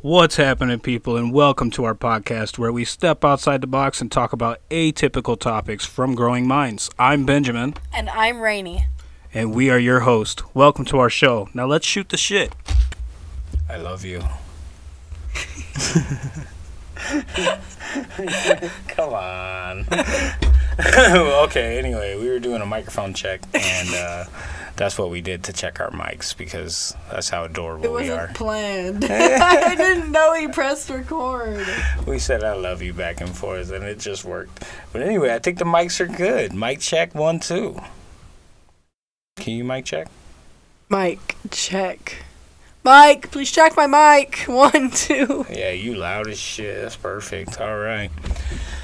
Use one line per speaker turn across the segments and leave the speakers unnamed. What's happening, people, and welcome to our podcast where we step outside the box and talk about atypical topics from growing minds. I'm Benjamin,
And I'm Rainy.
and we are your host. Welcome to our show. Now let's shoot the shit. I love you. Come on. okay, anyway, we were doing a microphone check, and uh, that's what we did to check our mics because that's how adorable
It
we
wasn't
are.
planned. I didn't know he pressed record.
We said I love you back and forth, and it just worked. But anyway, I think the mics are good. Mic check one, two. Can you mic check?
Mike, check. Mike, please check my mic. One, two.
Yeah, you loud as shit. That's perfect. All right.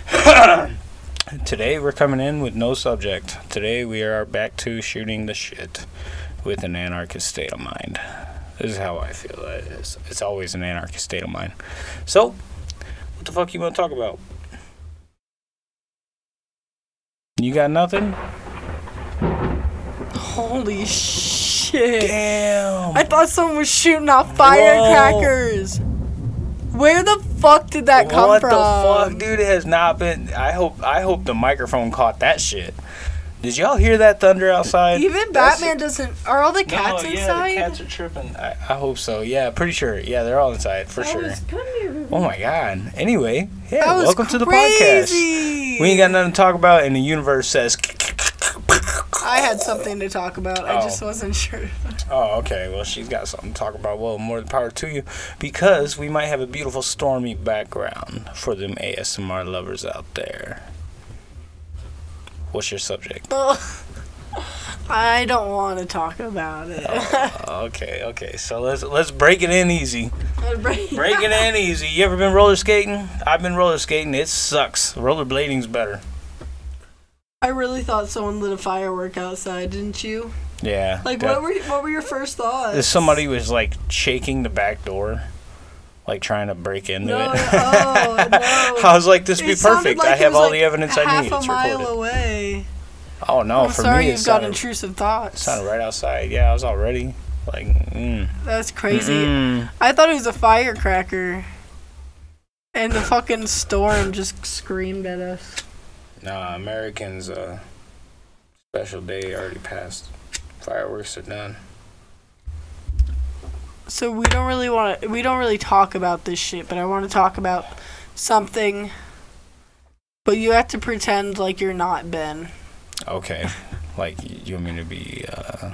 Today we're coming in with no subject. Today we are back to shooting the shit with an anarchist state of mind. This is how I feel. Uh, It's, it's always an anarchist state of mind. So, what the fuck you want to talk about? You got nothing?
Holy shit.
Damn.
I thought someone was shooting off firecrackers. Where the fuck did that come
what
from?
the fuck, dude? It has not been. I hope. I hope the microphone caught that shit. Did y'all hear that thunder outside?
Even
That's-
Batman doesn't. Are all the
No,
cats
yeah,
inside?
The cats are tripping. I, I hope so. Yeah, pretty sure. Yeah, they're all inside for
that
sure.
was, that
oh my god. Anyway, yeah,
was
welcome to the podcast.
crazy.
We ain't got nothing to talk about, and the universe says.
I had something to talk about. I
Oh.
just wasn't sure.
Oh, okay. Well, she's got something to talk about. Well, more power to you, because we might have a beautiful stormy background for them ASMR lovers out there. What's your subject?
I don't want to talk about it.
okay, okay. So let's let's break it in easy.
Break-
Break it in easy. You ever been roller skating? I've been roller skating. It sucks. Rollerblading's better.
I really thought someone lit a firework outside, didn't you?
Yeah.
Like,
that-
what were what were your first thoughts?
If somebody was like shaking the back door, like trying to break into it.
No, oh, no.
I was like, this
It
would be
sounded
perfect.
like
I
it
have
was,
all
like,
the evidence I
half
need.
a
It's
mile
recorded.
away.
Oh no,
I'm
for
sorry
me it
you've got
sounded,
intrusive
it
thoughts.
sounded right outside. Yeah, I was already like, mm.
That's crazy.
Mm.
I thought it was a firecracker, and the fucking storm just screamed at us.
Nah, Americans' uh, special day already passed. Fireworks are done.
So we don't really want to. We don't really talk about this shit, but I want to talk about something. But you have to pretend like you're not Ben.
Okay, like y- you want me to be uh,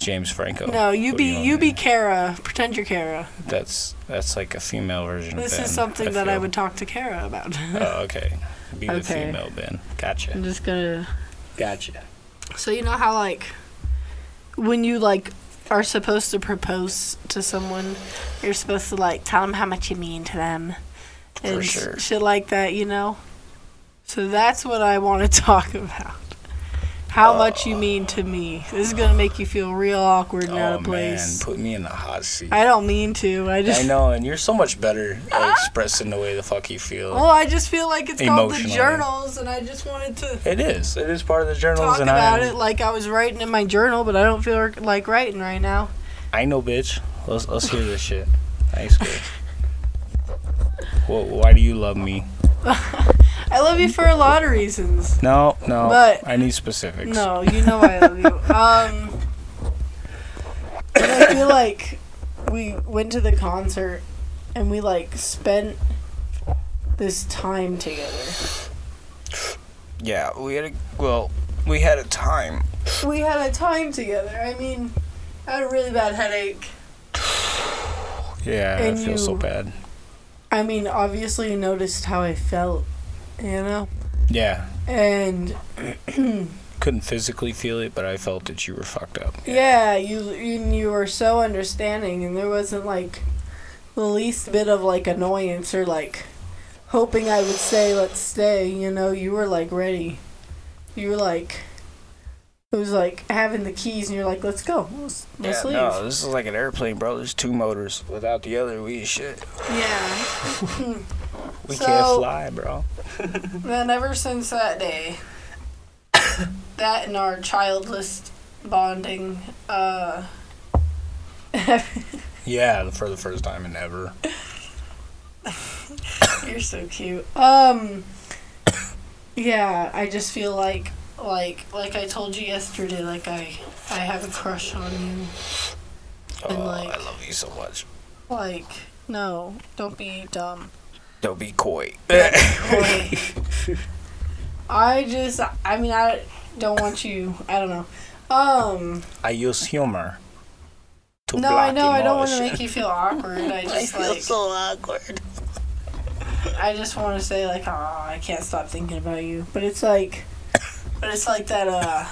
James Franco?
No, you
Who
be
do want
you
me
be Kara. Pretend you're Kara.
to- That's that's like a female version.
This
of Ben,
is something that I
feel.
would talk to Kara about.
Oh, okay. Be the
Okay.
female Ben.
I'm
Gotcha.
just gonna.
Gotcha.
So you know how like when you like are supposed to propose to someone, you're supposed to like tell them how much you mean to them and
For
sh-
sure.
shit like that, you know. So that's what I want to talk about.
Oh.
How much you mean to me. This is gonna make you feel real awkward and out
Oh
of
man,
place.
put me in the hot seat.
I don't mean to. I
I
just.
know, and you're so much better at expressing the way the fuck you feel.
Well, I just feel like it's called the
Emotionally.
journals, and I just wanted to
It is. It is part of the journals,
talk
and
about
I.
it like I was writing in my journal, but I don't feel like writing right now.
I know, bitch. Let's let's hear this shit. Thanks, good. Whoa, why do you love me?
I love you for a lot of reasons.
No, no.
But-
I need specifics.
No, you know I love you. Um, but I feel like we went to the concert and we like spent this time together.
Yeah, we had a well, we had a time.
We had a time together. I mean, I had a really bad headache.
Yeah,
And
I feel so
you-
bad.
I mean, obviously you noticed how I felt, you know,
Yeah,
and
couldn't physically feel it, but I felt that you were fucked up.
Yeah, you you you were so understanding, and there wasn't like the least bit of like annoyance or like hoping I would say let's stay. You know, you were like ready. You were like, it was like having the keys, and you're like, let's go, let's, let's leave.
no, this is like an airplane, bro. There's two motors. Without the other, we shit.
Yeah.
We
So-
can't fly, bro.
Then ever since that day, that and our childless bonding, uh,
Yeah, for the first time in ever.
You're so cute. Um Yeah, I just feel like like like I told you yesterday, like I I have a crush on you.
Oh,
And, like-
I love you so much.
Like, no, don't be dumb.
Don't be coy.
Boy. I just I mean I don't want you I don't know. Um
I use humor to
no,
block
I know I don't want to
emotion.
make you feel awkward. I just like
awkward.
I just want to say like, oh, I can't stop thinking about you. But it's like, but it's like that, uh,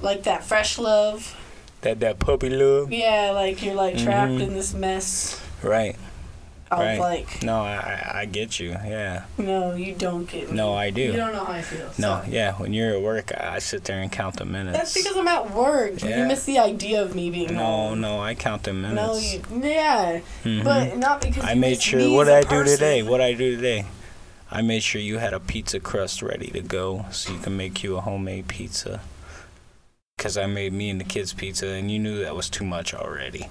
like that fresh love.
That that puppy love.
Yeah, like you're like trapped
Mhm.
in this mess
Right.
of
Right.
like,
No, I I- I get you. Yeah.
no, you don't get me.
No, I do.
you don't know how I feel.
No,
so.
yeah. When you're at work, I, I sit there and count the minutes.
that's because I'm at work.
Yeah.
You miss the idea of me being
no,
home.
no, I count the
No,
minutes.
you, yeah,
Mhm.
but not because
I
you
made
miss
sure.
me
What
as a
I do
person.
today? What I do today? I made sure you had a pizza crust ready to go, so you can make you a homemade pizza. Cause I made me and the kids pizza, and you knew that was too much already.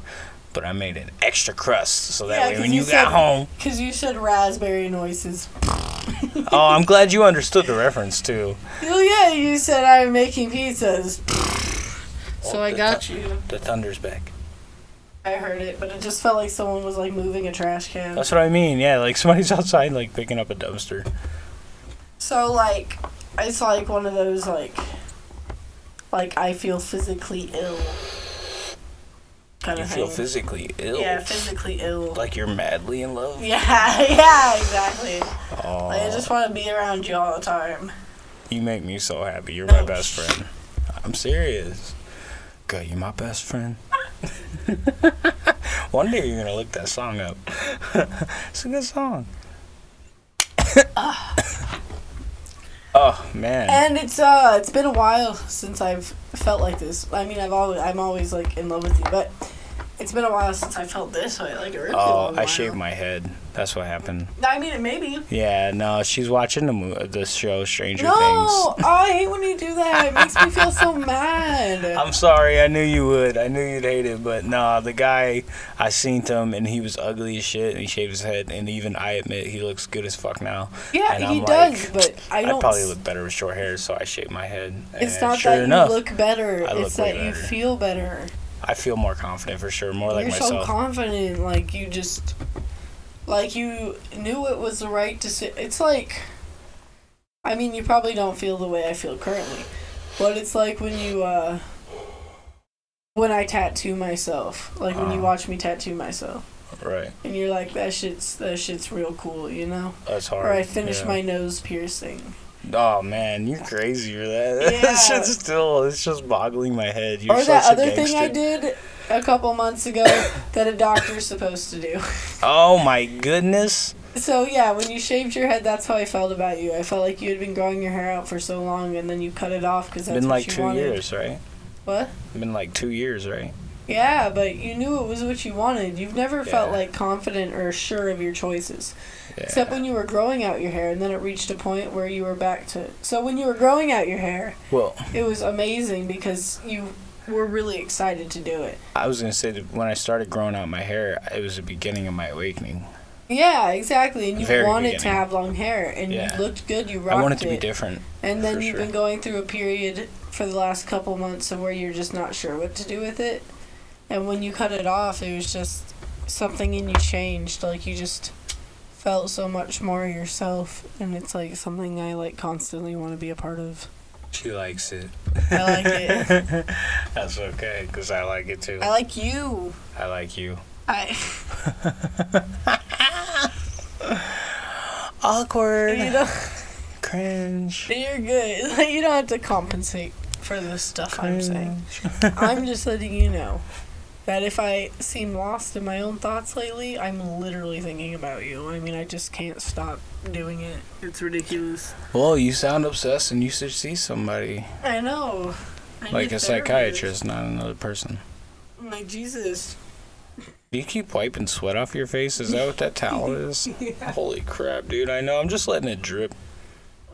But I made an extra crust, so that
Yeah,
way
'cause
when
you
you got
said-
home,
Because you said raspberry noises.
oh, I'm glad you understood the reference too.
Oh yeah, you said I'm making pizzas. so I got you.
The thunder's back.
I heard it, but it just felt like someone was like moving a trash can.
That's what I mean. Yeah, like somebody's outside, like picking up a dumpster.
So like, it's like one of those like, like I feel physically ill. Kind
You
of
feel
thing.
physically ill.
Uh-huh. yeah, physically ill.
Like you're madly in love.
yeah, yeah, exactly.
Oh,
Like, I just want to be around you all the time.
you make me so happy. You're my
No.
best friend. I'm serious. God, you're my best friend. One day you're gonna look that song up. it's a good song. oh man.
And it's uh, it's been a while since I've felt like this. I mean, I've always, I'm always like in love with you, but it's been a while since I felt this way. Like a really
Oh,
long
I
while.
shaved my head. That's what happened.
I mean, it maybe.
Yeah, no, she's watching the mo- the show Stranger Things.
No, I hate when you do that. It makes me feel so mad.
I'm sorry. I knew you would. I knew you'd hate it, but nah. The guy, I seen him, and he was ugly as shit, and he shaved his head, and even I admit he looks good as fuck now.
yeah,
and
he
I'm like,
does, but I
I
don't.
would probably look better with short hair, so I shaved my head.
it's
and
not
sure
that
enough,
you look better.
I look
it's
way
that you
better.
feel better.
I feel more confident for sure, more like
You're so
myself.
confident. Like you just, like you knew it was the right decision. It's like, I mean, you probably don't feel the way I feel currently, but it's like when you, uh when I tattoo myself. Like when you
Uh-huh.
watch me tattoo myself,
right.
and you're like, that shit's that shit's real cool, you know.
That's hard.
Or I finished
yeah.
my nose piercing.
Oh man, you're crazy for that.
Yeah.
it's just still, it's just boggling my head. You're
or that
such a
other thing I
gangster.
did a couple months ago that a doctor's supposed to do.
Oh my goodness.
So yeah, when you shaved your head, that's how I felt about you. I felt like you had been growing your hair out for so long, and then you cut it off because that's
Been
what
like
you
two
wanted.
years, right?
What?
Been like two years, right?
Yeah, but you knew it was what you wanted. You've never felt
Yeah.
like confident or sure of your choices,
Yeah.
except when you were growing out your hair, and then it reached a point where you were back to. So when you were growing out your hair,
well,
it was amazing because you were really excited to do it.
I was gonna say that when I started growing out my hair, it was the beginning of my awakening.
Yeah, exactly. And you
Very
wanted to
beginning.
have long hair, and
Yeah.
you looked good. You rocked
I wanted to be
it.
different.
And then
for
you've
sure.
been going through a period for the last couple months of where you're just not sure what to do with it. And when you cut it off, it was just something in you changed. Like you just felt so much more yourself, and it's like something I like constantly want to be a part of.
She likes it.
I like it.
That's okay, cause I like it too.
I like you.
I like you.
I
Awkward.
you know
Cringe.
you're good. Like, you don't have to compensate for the stuff I'm saying. I'm just letting you know that if I seem lost in my own thoughts lately, I'm literally thinking about you. I mean, I just can't stop doing it. It's ridiculous.
Well, you sound obsessed, and you should see somebody
I know. I
like
need
a
therapy.
psychiatrist, not another person.
I'm Like Jesus.
Do you keep wiping sweat off your face? Is that what that towel is? Holy crap, dude! I know. I'm just letting it drip.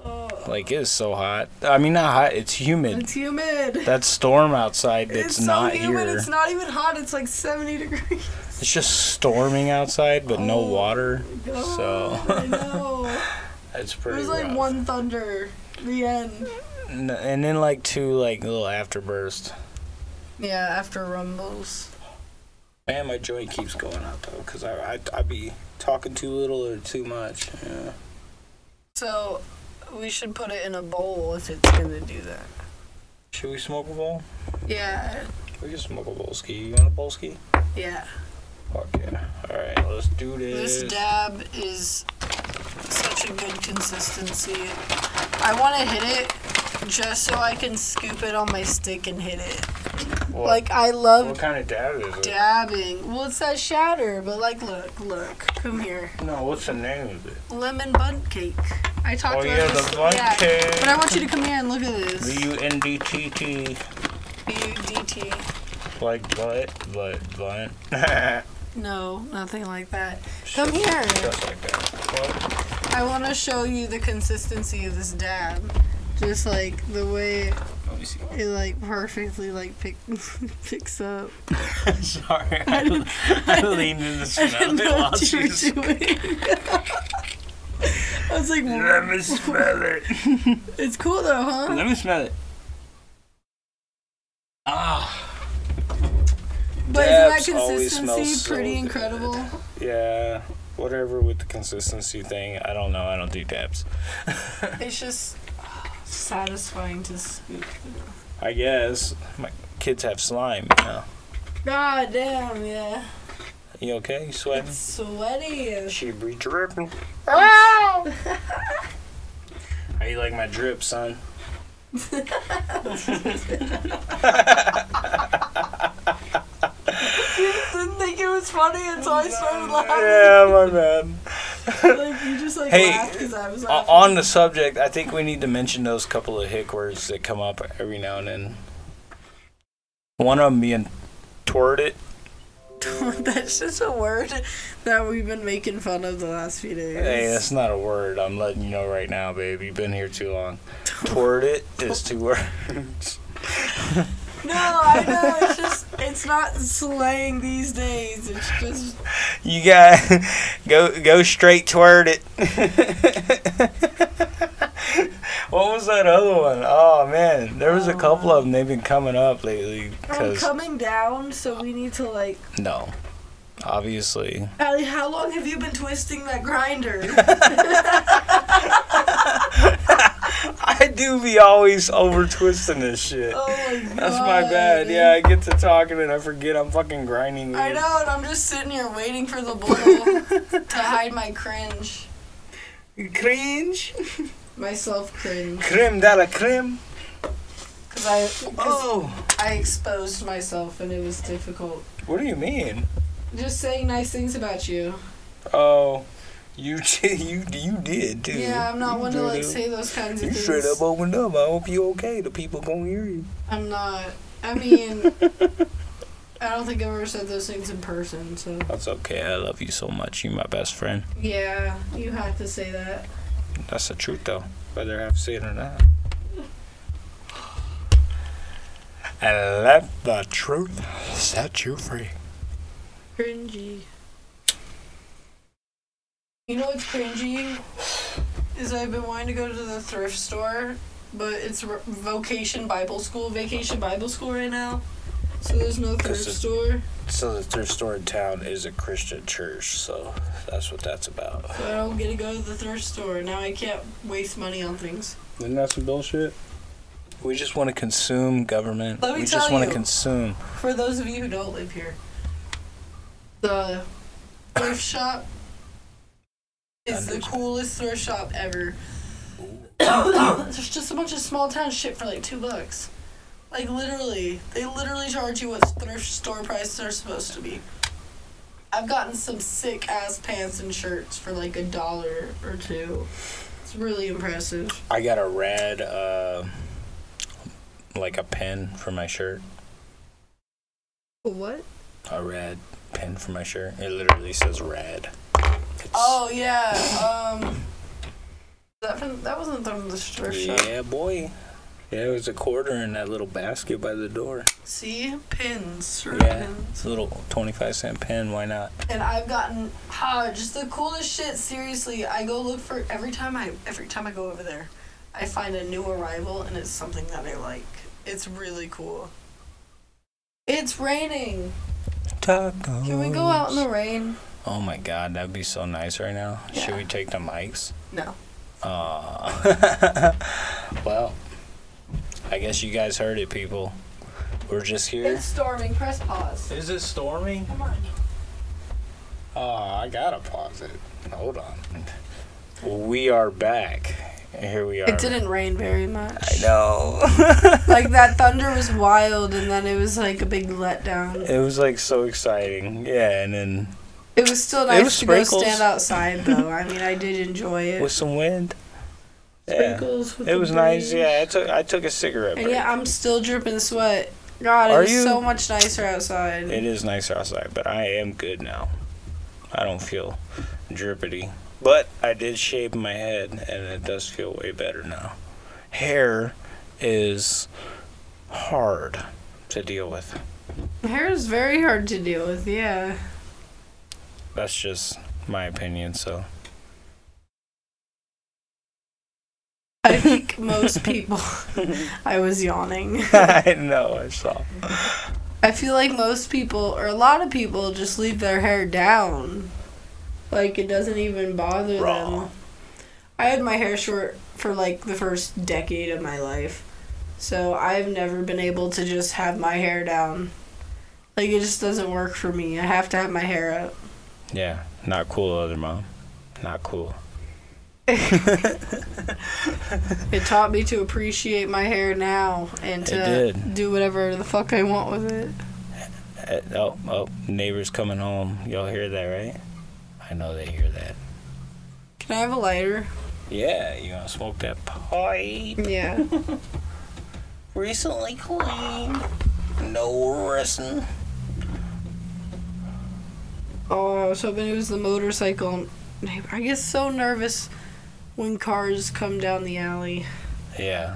Oh,
Like it's so hot. I mean, not hot. It's humid.
it's humid.
that storm outside that's
so
not
humid.
here.
It's not even hot. It's like 70 degrees.
It's just storming outside, but no
Oh,
water.
God,
So-
I know.
It's pretty.
There's like
rough.
one thunder. The end.
N- and then like two like little afterbursts.
Yeah, after rumbles.
Man, my joint keeps going up though, cause I I I be talking too little or too much. Yeah.
So we should put it in a bowl if it's gonna do that.
Should we smoke a bowl?
Yeah,
We can smoke a bowl ski. You want a bowl ski?
yeah.
Fuck yeah. All right, let's do
This
this.
dab is such a good consistency. I want to hit it just so I can scoop it on my stick and hit it.
what,
Like I love
what kind of dab is it?
dabbing. Well, it's that shatter, but like, look, look, come here.
No, what's the name of it?
Lemon bun cake. I talked
Oh,
about
yeah,
this.
the bun
yeah.
cake.
But I want you to come here and look at this.
B U N D T T.
B-U-D-T.
Like butt, but blunt. Just
No, nothing like that. Come here.
like that.
I want to show you the consistency of this dab. Just like the way
What? Let me see.
it like perfectly like pick, picks up.
Sorry, I, I leaned in the
I
smell.
didn't know what you were doing. I was like,
Let me smell it.
it's cool though, huh?
Let me smell it. Ah.
But isn't
Dabs
that
always smell
consistency
so
pretty
good.
incredible?
Yeah, whatever with the consistency thing. I don't know. I don't do dabs.
It's just oh, satisfying to scoop.
I guess my kids have slime. Now.
God damn, yeah.
You okay? You sweating?
It's sweaty.
She be dripping. How you like my drip, son?
Didn't think it was funny until I started laughing.
Yeah, my man.
Oh Like you just like
Hey,
laughed because I was
O-
laughing.
Uh, on the subject, I think we need to mention those couple of hick words that come up every now and then. One of them being toward it.
That's just a word that we've been making fun of the last few days.
Hey, uh, that's not a word. I'm letting you know right now, babe. You've been here too long. Toward it is two words.
No, I know. It's just it's not slang these days. It's just
You got go go straight toward it. what was that other one? Oh man, there was a couple of them. They've been coming up lately.
I'm
Cause
coming down, so we need to like.
no, obviously.
Allie, how long have you been twisting that grinder?
I do be always over twisting this shit.
Oh my god.
That's my bad. Yeah, I get to talking and I forget I'm fucking grinding.
I
weed.
know, and I'm just sitting here waiting for the boil to hide my cringe,
Cringe.
myself cringe,
Creme de la creme.
because I, 'cause
Oh.
I exposed myself and it was difficult.
What do you mean?
Just saying nice things about you.
Oh, you did. You you did too.
yeah, I'm not
You
one to like
did.
say those kinds
You
of
straight
things.
up opened up. I hope you okay. The people gonna hear you.
I'm not. I mean, I don't think I've ever said those things in person. So
That's okay. I love you so much. You're my best friend.
yeah, you have to say that.
That's the truth, though. Whether I've said it or not. And let the truth set you free.
Cringy. You know what's cringy? Is I've been wanting to go to the thrift store, but it's r vocation Bible school, vacation Bible school right now. So there's no thrift
it's-
store.
So the thrift store in town is a Christian church, so that's what that's about.
So I don't get to go to the thrift store. Now I can't waste money on things.
Isn't that some bullshit? We just want to consume government.
Let me
we
tell
just want
you.
to consume.
For those of you who don't live here, the thrift shop is the coolest thrift shop ever. There's just a bunch of small town shit for like two bucks. Like literally, they literally charge you what thrift store price they're supposed to be. I've gotten some sick ass pants and shirts for like a dollar or two. It's really impressive.
I got a red, uh, like a pin for my shirt.
What?
A red pin for my shirt. It literally says red. It's-
Oh yeah. Um. That from, that wasn't from the thrift shop.
yeah, boy. Yeah, it was a quarter in that little basket by the door.
See? Pins. Through
Yeah,
pins.
it's a little 25 cent pin. Why not?
And I've gotten ah, just the coolest shit. Seriously, I go look for every time I every time I go over there, I find a new arrival and it's something that I like. It's really cool. It's raining.
Tacos.
Can we go out in the rain?
Oh my god, that'd be so nice right now. Should
Yeah.
we take the mics?
No.
Uh, well, I guess you guys heard it, people. We're just here.
It's storming. Press pause.
Is it storming?
Come on.
Oh, I gotta pause it. Hold on. We are back. And Here we are.
It didn't rain very much.
know.
Like that thunder was wild, and then it was like a big letdown.
it was like so exciting. Yeah, and then
It was still nice
was
to go
sprinkles.
stand outside, though. I mean, I did enjoy it.
with some wind. Yeah.
Sprinkles with
It
the
was nice.
breeze.
Yeah, I took I took a cigarette
And
break.
yeah, I'm still dripping sweat. God, it
Are
was
you-
so much nicer outside.
It is nicer outside, but I am good now. I don't feel drippity. But I did shave my head, and it does feel way better now. Hair is hard to deal with.
Hair is very hard to deal with, yeah.
That's just my opinion, so.
I think most people. I was yawning.
I know, I saw.
I feel like most people, or a lot of people, just leave their hair down. Like, it doesn't even bother
Wrong.
them. I had my hair short for like the first decade of my life. So I've never been able to just have my hair down. Like, it just doesn't work for me. I have to have my hair up.
Yeah, not cool, other mom. Not cool.
It taught me to appreciate my hair now and
It
to
did.
do whatever the fuck I want with it.
Uh, oh, oh, neighbors coming home. Y'all hear that, right? I know they hear that.
Can I have a lighter?
Yeah, you gonna smoke that pipe?
Yeah.
Recently cleaned. No resin.
oh, I was hoping it was the motorcycle. neighbor. I get so nervous when cars come down the alley.
Yeah.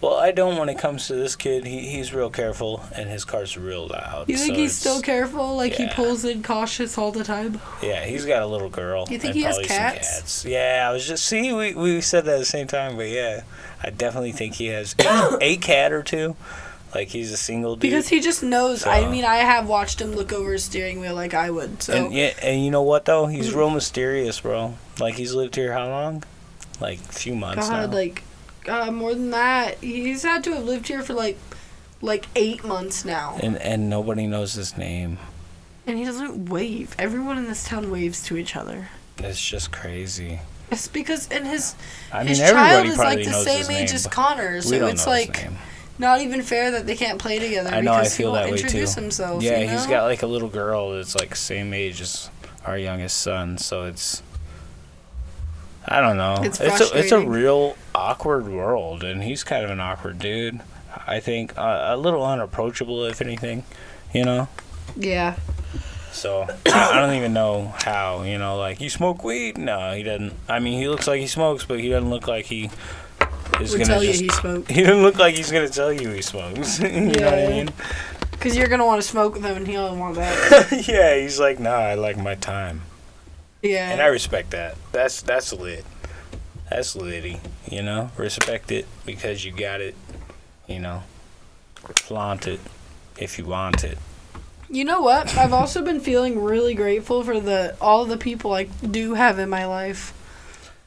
Well, I don't when it comes to this kid. He, he's real careful, and his car's real loud.
You think
so
he's still
it's-
careful? Like
yeah.
he pulls in cautious all the time?
Yeah, he's got a little girl.
You think
and
he has
probably some
cats?
Yeah, I was just see we we said that at the same time, but yeah, I definitely think he has a cat or two. Like he's a single dude.
Because he just knows. I
So-
mean, I have watched him look over his steering wheel like I would. So
And yeah, and you know what though? He's
Mm.
real mysterious, bro. Like he's lived here how long? Like a few months
God,
now.
like, uh, more than that, he's had to have lived here for like, like eight months now,
and and nobody knows his name.
and he doesn't wave. Everyone in this town waves to each other.
It's just crazy.
It's because and his
I
his
mean, everybody
child is
probably
like the
knows
same
his
age
name,
as
but
Connor,
we
so
don't
it's
know his
like
name.
not even fair that they can't play together.
I know. I
because he
feel
won't
that way too.
introduce himself.
yeah,
you
he's
know?
got like a little girl that's like same age as our youngest son, so it's. I don't know.
It's
a it's a
frustrating.
real awkward world, and he's kind of an awkward dude. I think uh, a little unapproachable, if anything, you know.
yeah.
So I I don't even know how, you know, like you smoke weed? No, he doesn't. I mean, he looks like he smokes, but he doesn't look like he is
Would
gonna
tell
just.
you he smoked
he doesn't look like he's gonna tell you he smokes. you know what I
Yeah.
mean?
because you're gonna want to smoke with him, and he'll want that.
yeah, he's like, nah, I like my time,
Yeah.
and I respect that. That's that's lit. That's litty. You know, respect it because you got it. You know, flaunt it if you want it.
You know what? I've also been feeling really grateful for the all the people I do have in my life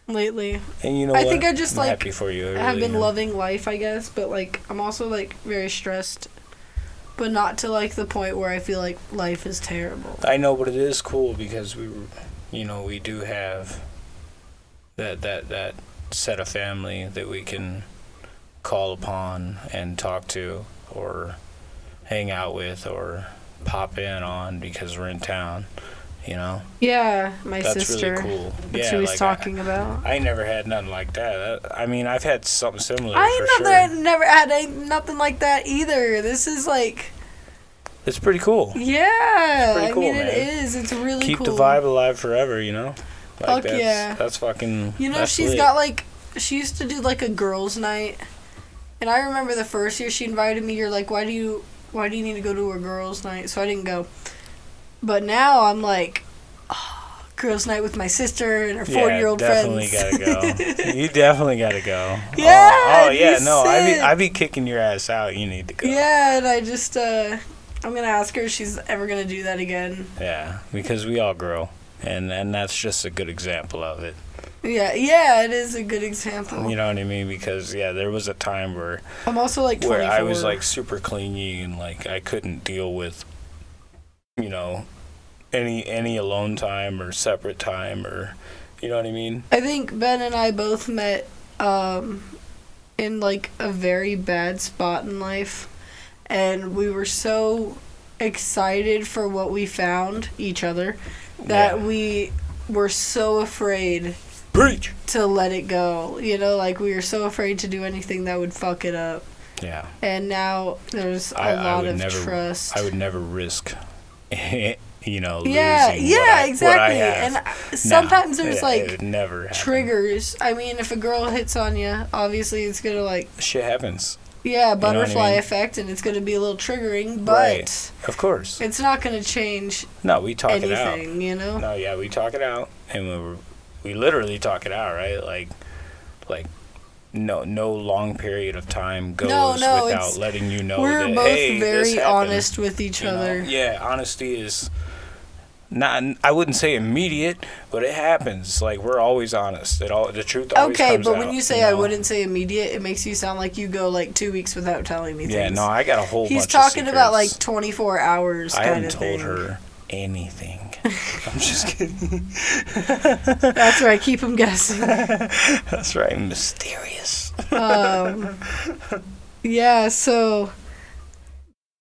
lately.
And you know,
I
what?
think I just,
I'm
like,
happy for you. I
I have
really
been
am.
loving life, I guess, but like I'm also like very stressed, but not to like the point where I feel like life is terrible.
I know, but it is cool because we, were- you know, we do have that that that set of family that we can call upon and talk to or hang out with or pop in on because we're in town. You know,
Yeah, my
that's
sister.
really cool.
That's
yeah,
who he's
like
talking about.
I, I never had nothing like that. I I mean, I've had something similar
I
Oh, for
ain't
sure.
never, never had any, nothing like that either. This is like,
It's pretty cool.
yeah.
pretty
I
cool,
mean,
man.
it is. It's really
Keep
cool.
the vibe alive forever. You know, like
Fuck
that's,
yeah.
That's fucking.
You know,
that's
she's
lit.
got like she used to do like a girls' night, And I remember the first year she invited me, you're like, why do you why do you need to go to a girls' night? So I didn't go. But now I'm like, "Ah, girls' night with my sister and her four year old
definitely
friends.
gotta go. you definitely gotta go.
Yeah,
Oh, oh, yeah.
you
No, I be
said.
I be kicking your ass out. You need to go.
yeah, and I just uh, I'm gonna ask her if she's ever gonna do that again.
Yeah, because we all grow, and and that's just a good example of it.
Yeah, yeah, it is a good example.
You know what I mean? Because yeah, there was a time where
I'm also like 24.
where I was like super clingy and like I couldn't deal with, you know, any any alone time or separate time or, you know what I mean?
I think Ben and I both met um, in like a very bad spot in life, and we were so excited for what we found each other that
Yeah.
we were so afraid
Preach.
to let it go. You know, like we were so afraid to do anything that would fuck it up.
Yeah,
And now there's a
I- I
lot
would
of
never-
trust.
I would never risk, you know, losing
yeah,
what
yeah,
I- what I
exactly.
have.
and I-
No,
sometimes there's
it-
like
it never happen.
triggers. I mean, if a girl hits on you, obviously it's gonna like
Shit happens,
yeah
what I
butterfly
mean?
effect, and it's gonna be a little triggering, but
Right. of course.
it's not gonna change
No, we talk it out.
anything, you know.
No, yeah, we talk it out, and we were, we literally talk it out, right? Like, like no no long period of time goes
No, no,
without
it's-
letting you know.
We're
that,
both
"Hey, this
very
happened,"
honest with each
you know?
other.
Yeah, honesty is not. I wouldn't say immediate, but it happens. Like we're always honest. It all the truth. Always
Okay,
comes
but when
out,
you say I
know?
wouldn't say immediate, it makes you sound like you go like two weeks without telling me
Yeah,
things.
no, I got a whole.
He's
bunch
talking
of
about
secrets.
like 24 hours.
I
kind
haven't
of
told
thing.
her anything. I'm just kidding.
That's right. Keep him guessing.
That's right. Mysterious.
um, yeah, so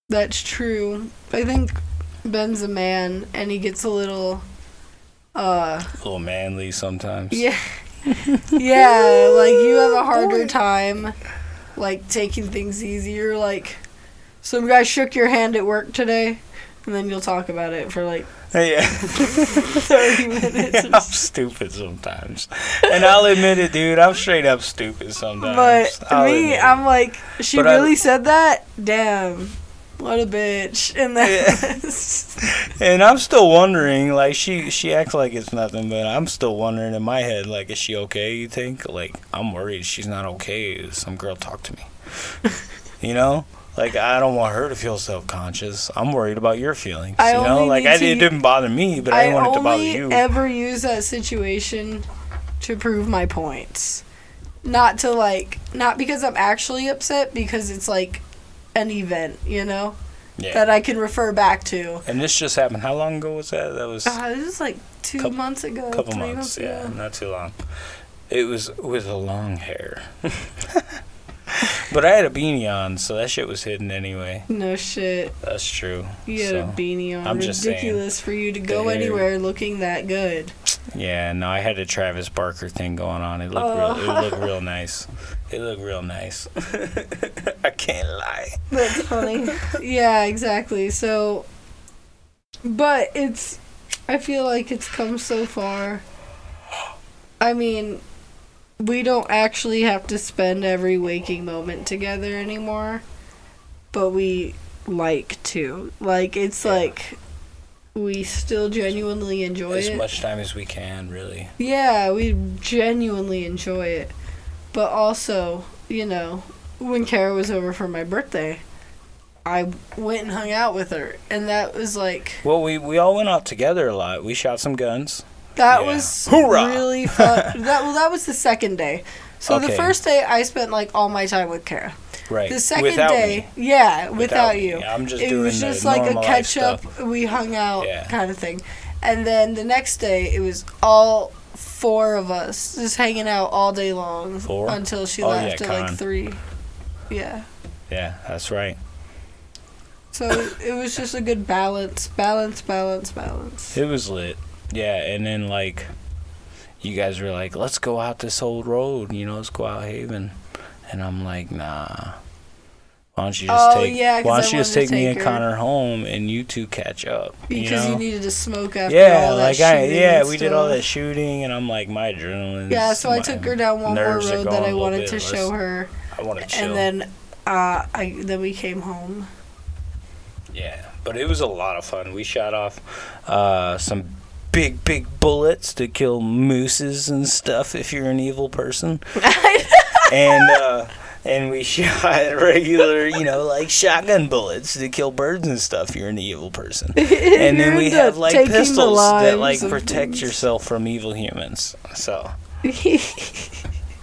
that's true. I think Ben's a man, and he gets a little, uh,
A little manly sometimes.
yeah, yeah. Like you have a harder time, like taking things easier. Like some guy shook your hand at work today, and then you'll talk about it for like
Yeah.
thirty minutes.
I'm stupid sometimes, and I'll admit it, dude. I'm straight up stupid sometimes.
But
I'll
me,
admit it.
I'm like, she
But I-
really said that? Damn. What a bitch. And that's
and I'm still wondering. Like she, she acts like it's nothing, but I'm still wondering in my head. Like, is she okay? You think? Like, I'm worried she's not okay. Some girl talked to me. you know. Like I don't want her to feel self-conscious. I'm worried about your feelings.
I
you know,
only
like
need
I,
to
it
u-
didn't bother me, but I,
I
didn't want it to bother
only
you.
ever use that situation to prove my points. Not to like not because I'm actually upset, because it's like an event, you know?
yeah.
That I can refer back to.
and this just happened. How long ago was that? That was
Uh, this is like two
Couple-
months ago.
couple
three
months, yeah, not too long. It was with a long hair, but I had a beanie on, so that shit was hidden anyway.
No shit.
That's true.
You had a
So,
beanie on.
I'm just saying.
Ridiculous for you to go
hair-
anywhere looking that good.
Yeah, no, I had a Travis Barker thing going on. It looked real. It looked real nice. It looked real nice. I can't lie.
That's funny. yeah, exactly. So, but it's, I feel like it's come so far. I mean, we don't actually have to spend every waking moment together anymore, but we like to. Like, it's
Yeah.
like we still genuinely enjoy
As
it.
much time as we can, really.
Yeah, we genuinely enjoy it. But also, you know, when Kara was over for my birthday, I went and hung out with her. And that was like,
Well, we we all went out together a lot. We shot some guns.
that
Yeah.
was
Hoorah!
really fun. that, well, that was the second day. So the
Okay.
first day, I spent like all my time with Kara.
Right.
The second
Without
day,
me.
yeah, without,
me.
you.
I'm just
it
doing
was
the
just like a
normal life
catch up. We hung out
Yeah.
kind of thing, and then the next day it was all four of us just hanging out all day long
Four?
until she
Oh, yeah,
left at
Con.
like three. Yeah,
Yeah, that's right.
so it- it was just a good balance, balance, balance, balance.
It was lit. Yeah, and then like you guys were like, "Let's go out this old road, you know, let's go out Haven." And I'm like, "Nah. Why don't you just
Oh,
take
yeah, 'cause
Why
I
don't you just
wanted to
take, me
take
and
her.
Connor home and you two catch up?" you
Because
know?
you, needed to smoke after
yeah,
all that
like
shooting
I yeah,
and
we did all
stuff.
that shooting and I'm like my adrenaline.
Yeah, so I took her down one more road that I wanted to show her.
I want to chill.
and then uh, I then we came home.
yeah, but it was a lot of fun. We shot off uh, some big, big bullets to kill mooses and stuff. If you're an evil person, and uh, and we shot regular, you know, like shotgun bullets to kill birds and stuff. You're an evil person, and then
You're
we
the-
have like
taking the
pistols that like
lives of
protect
things.
yourself from evil humans. So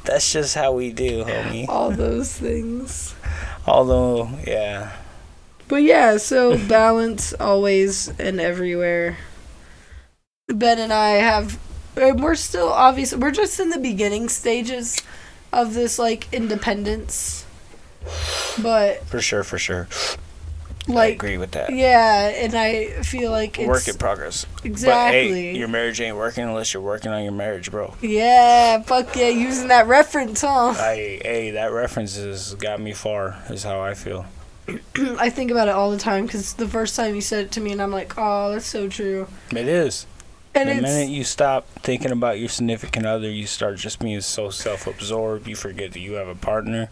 that's just how we do, homie.
All those things.
Although, yeah,
But yeah, so balance always and everywhere. Ben and I have, and we're still obviously we're just in the beginning stages of this like independence, but
for sure, for sure, I
like
agree with that.
yeah, and I feel like it's
Work in progress. But hey,
exactly
your marriage ain't working unless you're working on your marriage, bro.
yeah, fuck yeah, using that reference, huh?
I hey, that reference has got me far. Is how I feel.
I think about it all the time because the first time you said it to me, and I'm like, oh, that's so true,
It is.
and
the
it's
minute you stop thinking about your significant other, you start just being so self-absorbed. You forget that you have a partner.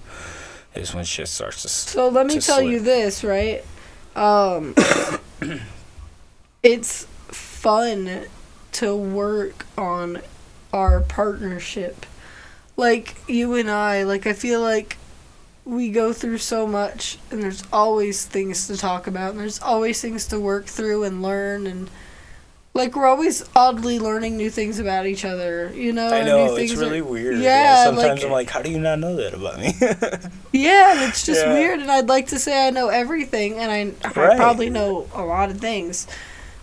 Is when shit starts to. s-
So let me
to
tell you
slip.
this, right? Um, it's fun to work on our partnership. Like you and I, like I feel like we go through so much and there's always things to talk about and there's always things to work through and learn and like we're always oddly learning new things about each other, you know?
I
and
know
new
it's
things are-
really weird.
Yeah,
Sometimes
like-
I'm like, how do you not know that about me?
Yeah, and it's just
Yeah.
weird, and I'd like to say I know everything, and I, I
Right.
probably know a lot of things.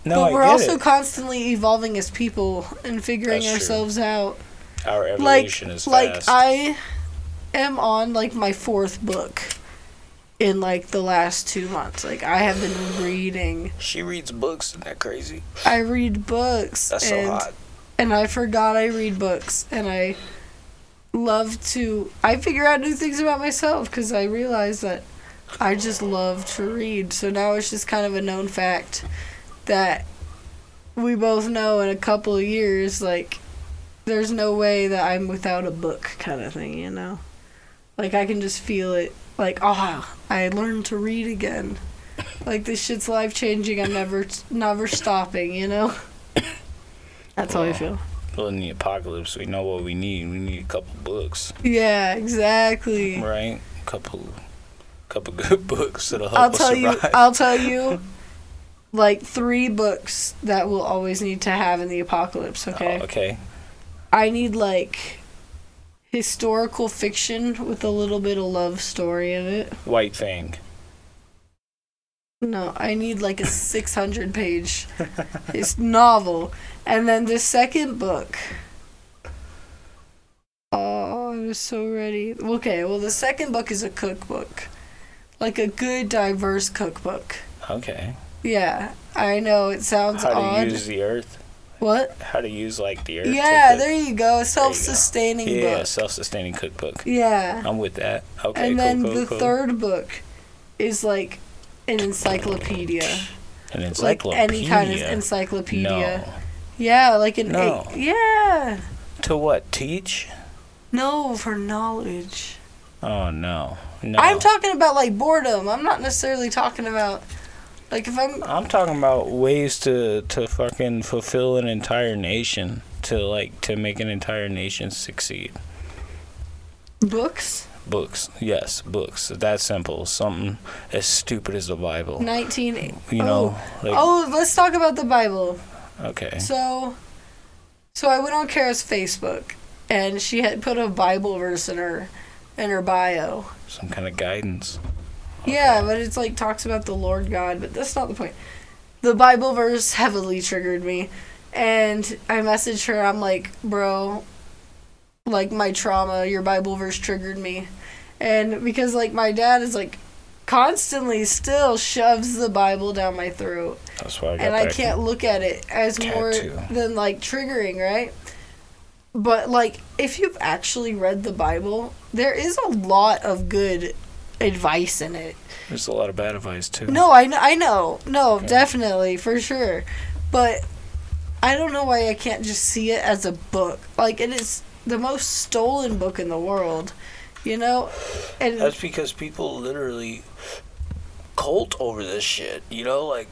no,
but
I
we're
get
also
it.
constantly evolving as people and figuring
That's true.
ourselves out.
Our
Like,
evolution is
like
fast.
I am on like my fourth book in like the last two months. Like I have been reading.
she reads books. Isn't that crazy?
I read books.
That's
and
so hot.
and I forgot I read books and I love to I figure out new things about myself cuz I realized that I just love to read. So now it's just kind of a known fact that we both know in a couple of years like there's no way that I'm without a book kind of thing, you know. Like I can just feel it like ah, I learned to read again. Like this shit's life changing. I'm never never stopping, you know. That's how I
Wow.
feel.
Well, in the apocalypse, we know what we need. We need a couple books,
Yeah, exactly.
right? Couple, couple good books that'll help
I'll
us
tell
survive.
you. I'll tell you. Like three books that we'll always need to have in the apocalypse. Okay,
Oh, okay.
I need like historical fiction with a little bit of love story in it.
White Fang.
No, I need like a 600 page it's novel. And then the second book. Oh, I was so ready. Okay, well, the second book is a cookbook. Like a good, diverse cookbook.
Okay.
Yeah, I know it sounds
How to
odd.
use the earth?
what?
How to use like the earth? to
Yeah,
cook.
there you go. A self sustaining
Yeah,
book.
self-sustaining cookbook.
Yeah.
I'm with that. Oh, Okay,
and
cool,
then
cool,
the
cool.
third book is like an encyclopedia.
An
Like
encyclopedia.
any kind of encyclopedia.
No.
Yeah, like an
No.
egg- yeah.
To what? Teach?
No, for knowledge.
Oh no. No.
I'm talking about like boredom. I'm not necessarily talking about like if I'm
I'm talking about ways to to fucking fulfill an entire nation to like to make an entire nation succeed.
books.
Books. Yes, books. That simple. Something as stupid as the Bible.
Nineteen.
You know, like
oh, let's talk about the Bible.
okay.
So, so I went on Kara's Facebook, and she had put a Bible verse in her in her bio.
Some kind of guidance.
Yeah, but it's like talks about the Lord God, but that's not the point. The Bible verse heavily triggered me, and I messaged her. I'm like, bro, like my trauma, your Bible verse triggered me, and because like my dad is like constantly still shoves the Bible down my throat,
That's why I got
and I
that
can't look at it as more
tattoo.
than like triggering, right? But like, if you've actually read the Bible, there is a lot of good advice in it.
There's a lot of bad advice too.
No, I know, I know. No,
Okay.
definitely, for sure. But I don't know why I can't just see it as a book. Like it is the most stolen book in the world. You know, and
That's because people literally cult over this shit. You know, like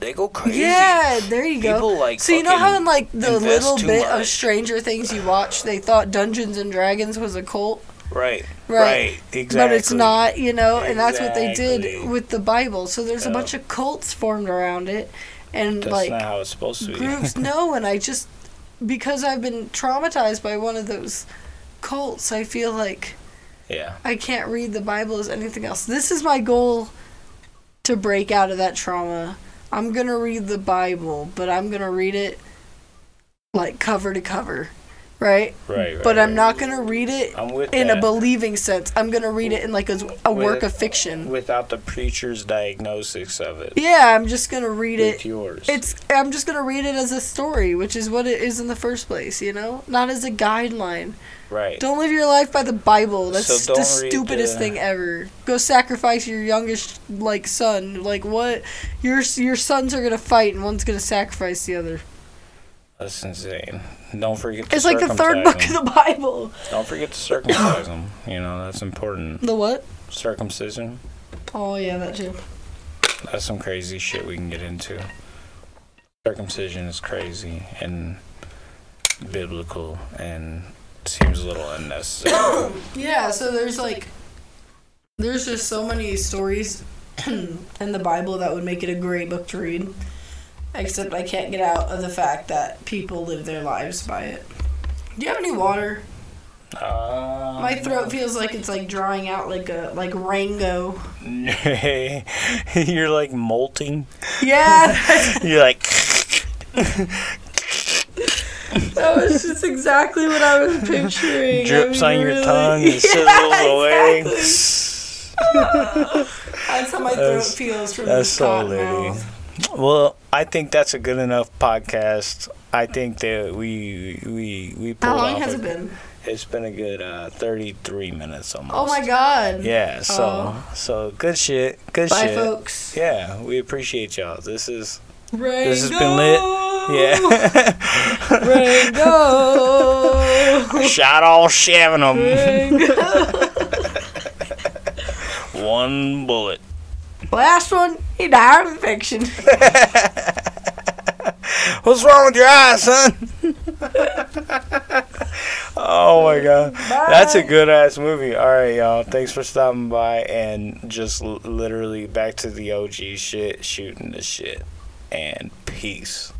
they go crazy.
Yeah, there you go.
People, like,
so you know how
fucking
in like the
invest
little
too
bit of
much.
Stranger Things you watch, they thought Dungeons and Dragons was a cult,
Right.
right?
Exactly.
But it's not, you know, and that's what they
Exactly.
did with the Bible. So there's a
Yeah.
bunch of cults formed around it, and
That's
like
not how it's supposed to be.
groups. no, and I just because I've been traumatized by one of those cults, I feel like
yeah.
I can't read the Bible as anything else. This is my goal to break out of that trauma. I'm going to read the Bible, but I'm going to read it like cover to cover, right?
Right. right
But I'm
right.
not going to read it
I'm with
in a
that.
believing sense. I'm going to read it in like a, a work of fiction.
without the preacher's diagnosis of it.
Yeah, I'm just going to read
It's
it.
yours.
It's I'm just going to read it as a story, which is what it is in the first place, you know? Not as a guideline.
right.
Don't live your life by the Bible. That's
So
the
don't read
stupidest
the-
thing ever. Go sacrifice your youngest like son. Like what? Your your sons are gonna fight and one's gonna sacrifice the other.
That's insane. Don't forget. To
It's like the third
circumcise
book of
them.
the Bible.
Don't forget to circumcise them. You know that's important.
The what?
Circumcision.
Oh yeah, that too.
That's some crazy shit we can get into. Circumcision is crazy and biblical and seems a little unnecessary.
Yeah. So there's like, there's just so many stories in the Bible that would make it a great book to read. Except I can't get out of the fact that people live their lives by it. Do you have any water?
Uh,
My throat feels like it's like drying out like a like Rango.
Um, You're like molting.
Yeah,
You're like.
that was just exactly what I was picturing.
drips on
I mean,
your
really-
tongue
Yeah,
and sizzles away.
exactly. That's how my throat
That's-
feels from
That's
this
so
cotton
lady.
mouth.
Well, I think that's a good enough podcast. I think that we we we.
How
pulled
long
off
has
a-
it been?
It's been a good uh, thirty-three minutes almost.
Oh my god. Oh.
Yeah. So so good shit. Good
Bye,
shit.
folks.
Yeah, we appreciate y'all. This is
Rango.
this has been lit. yeah.
Rango.
Shot all shaving them.
Rango.
One bullet.
Last one, he died of infection.
What's wrong with your eyes, son? oh my god. That's a
Bye.
good ass movie. All right, y'all. Thanks for stopping by and just l- literally back to the OG shit, shooting the shit. And peace.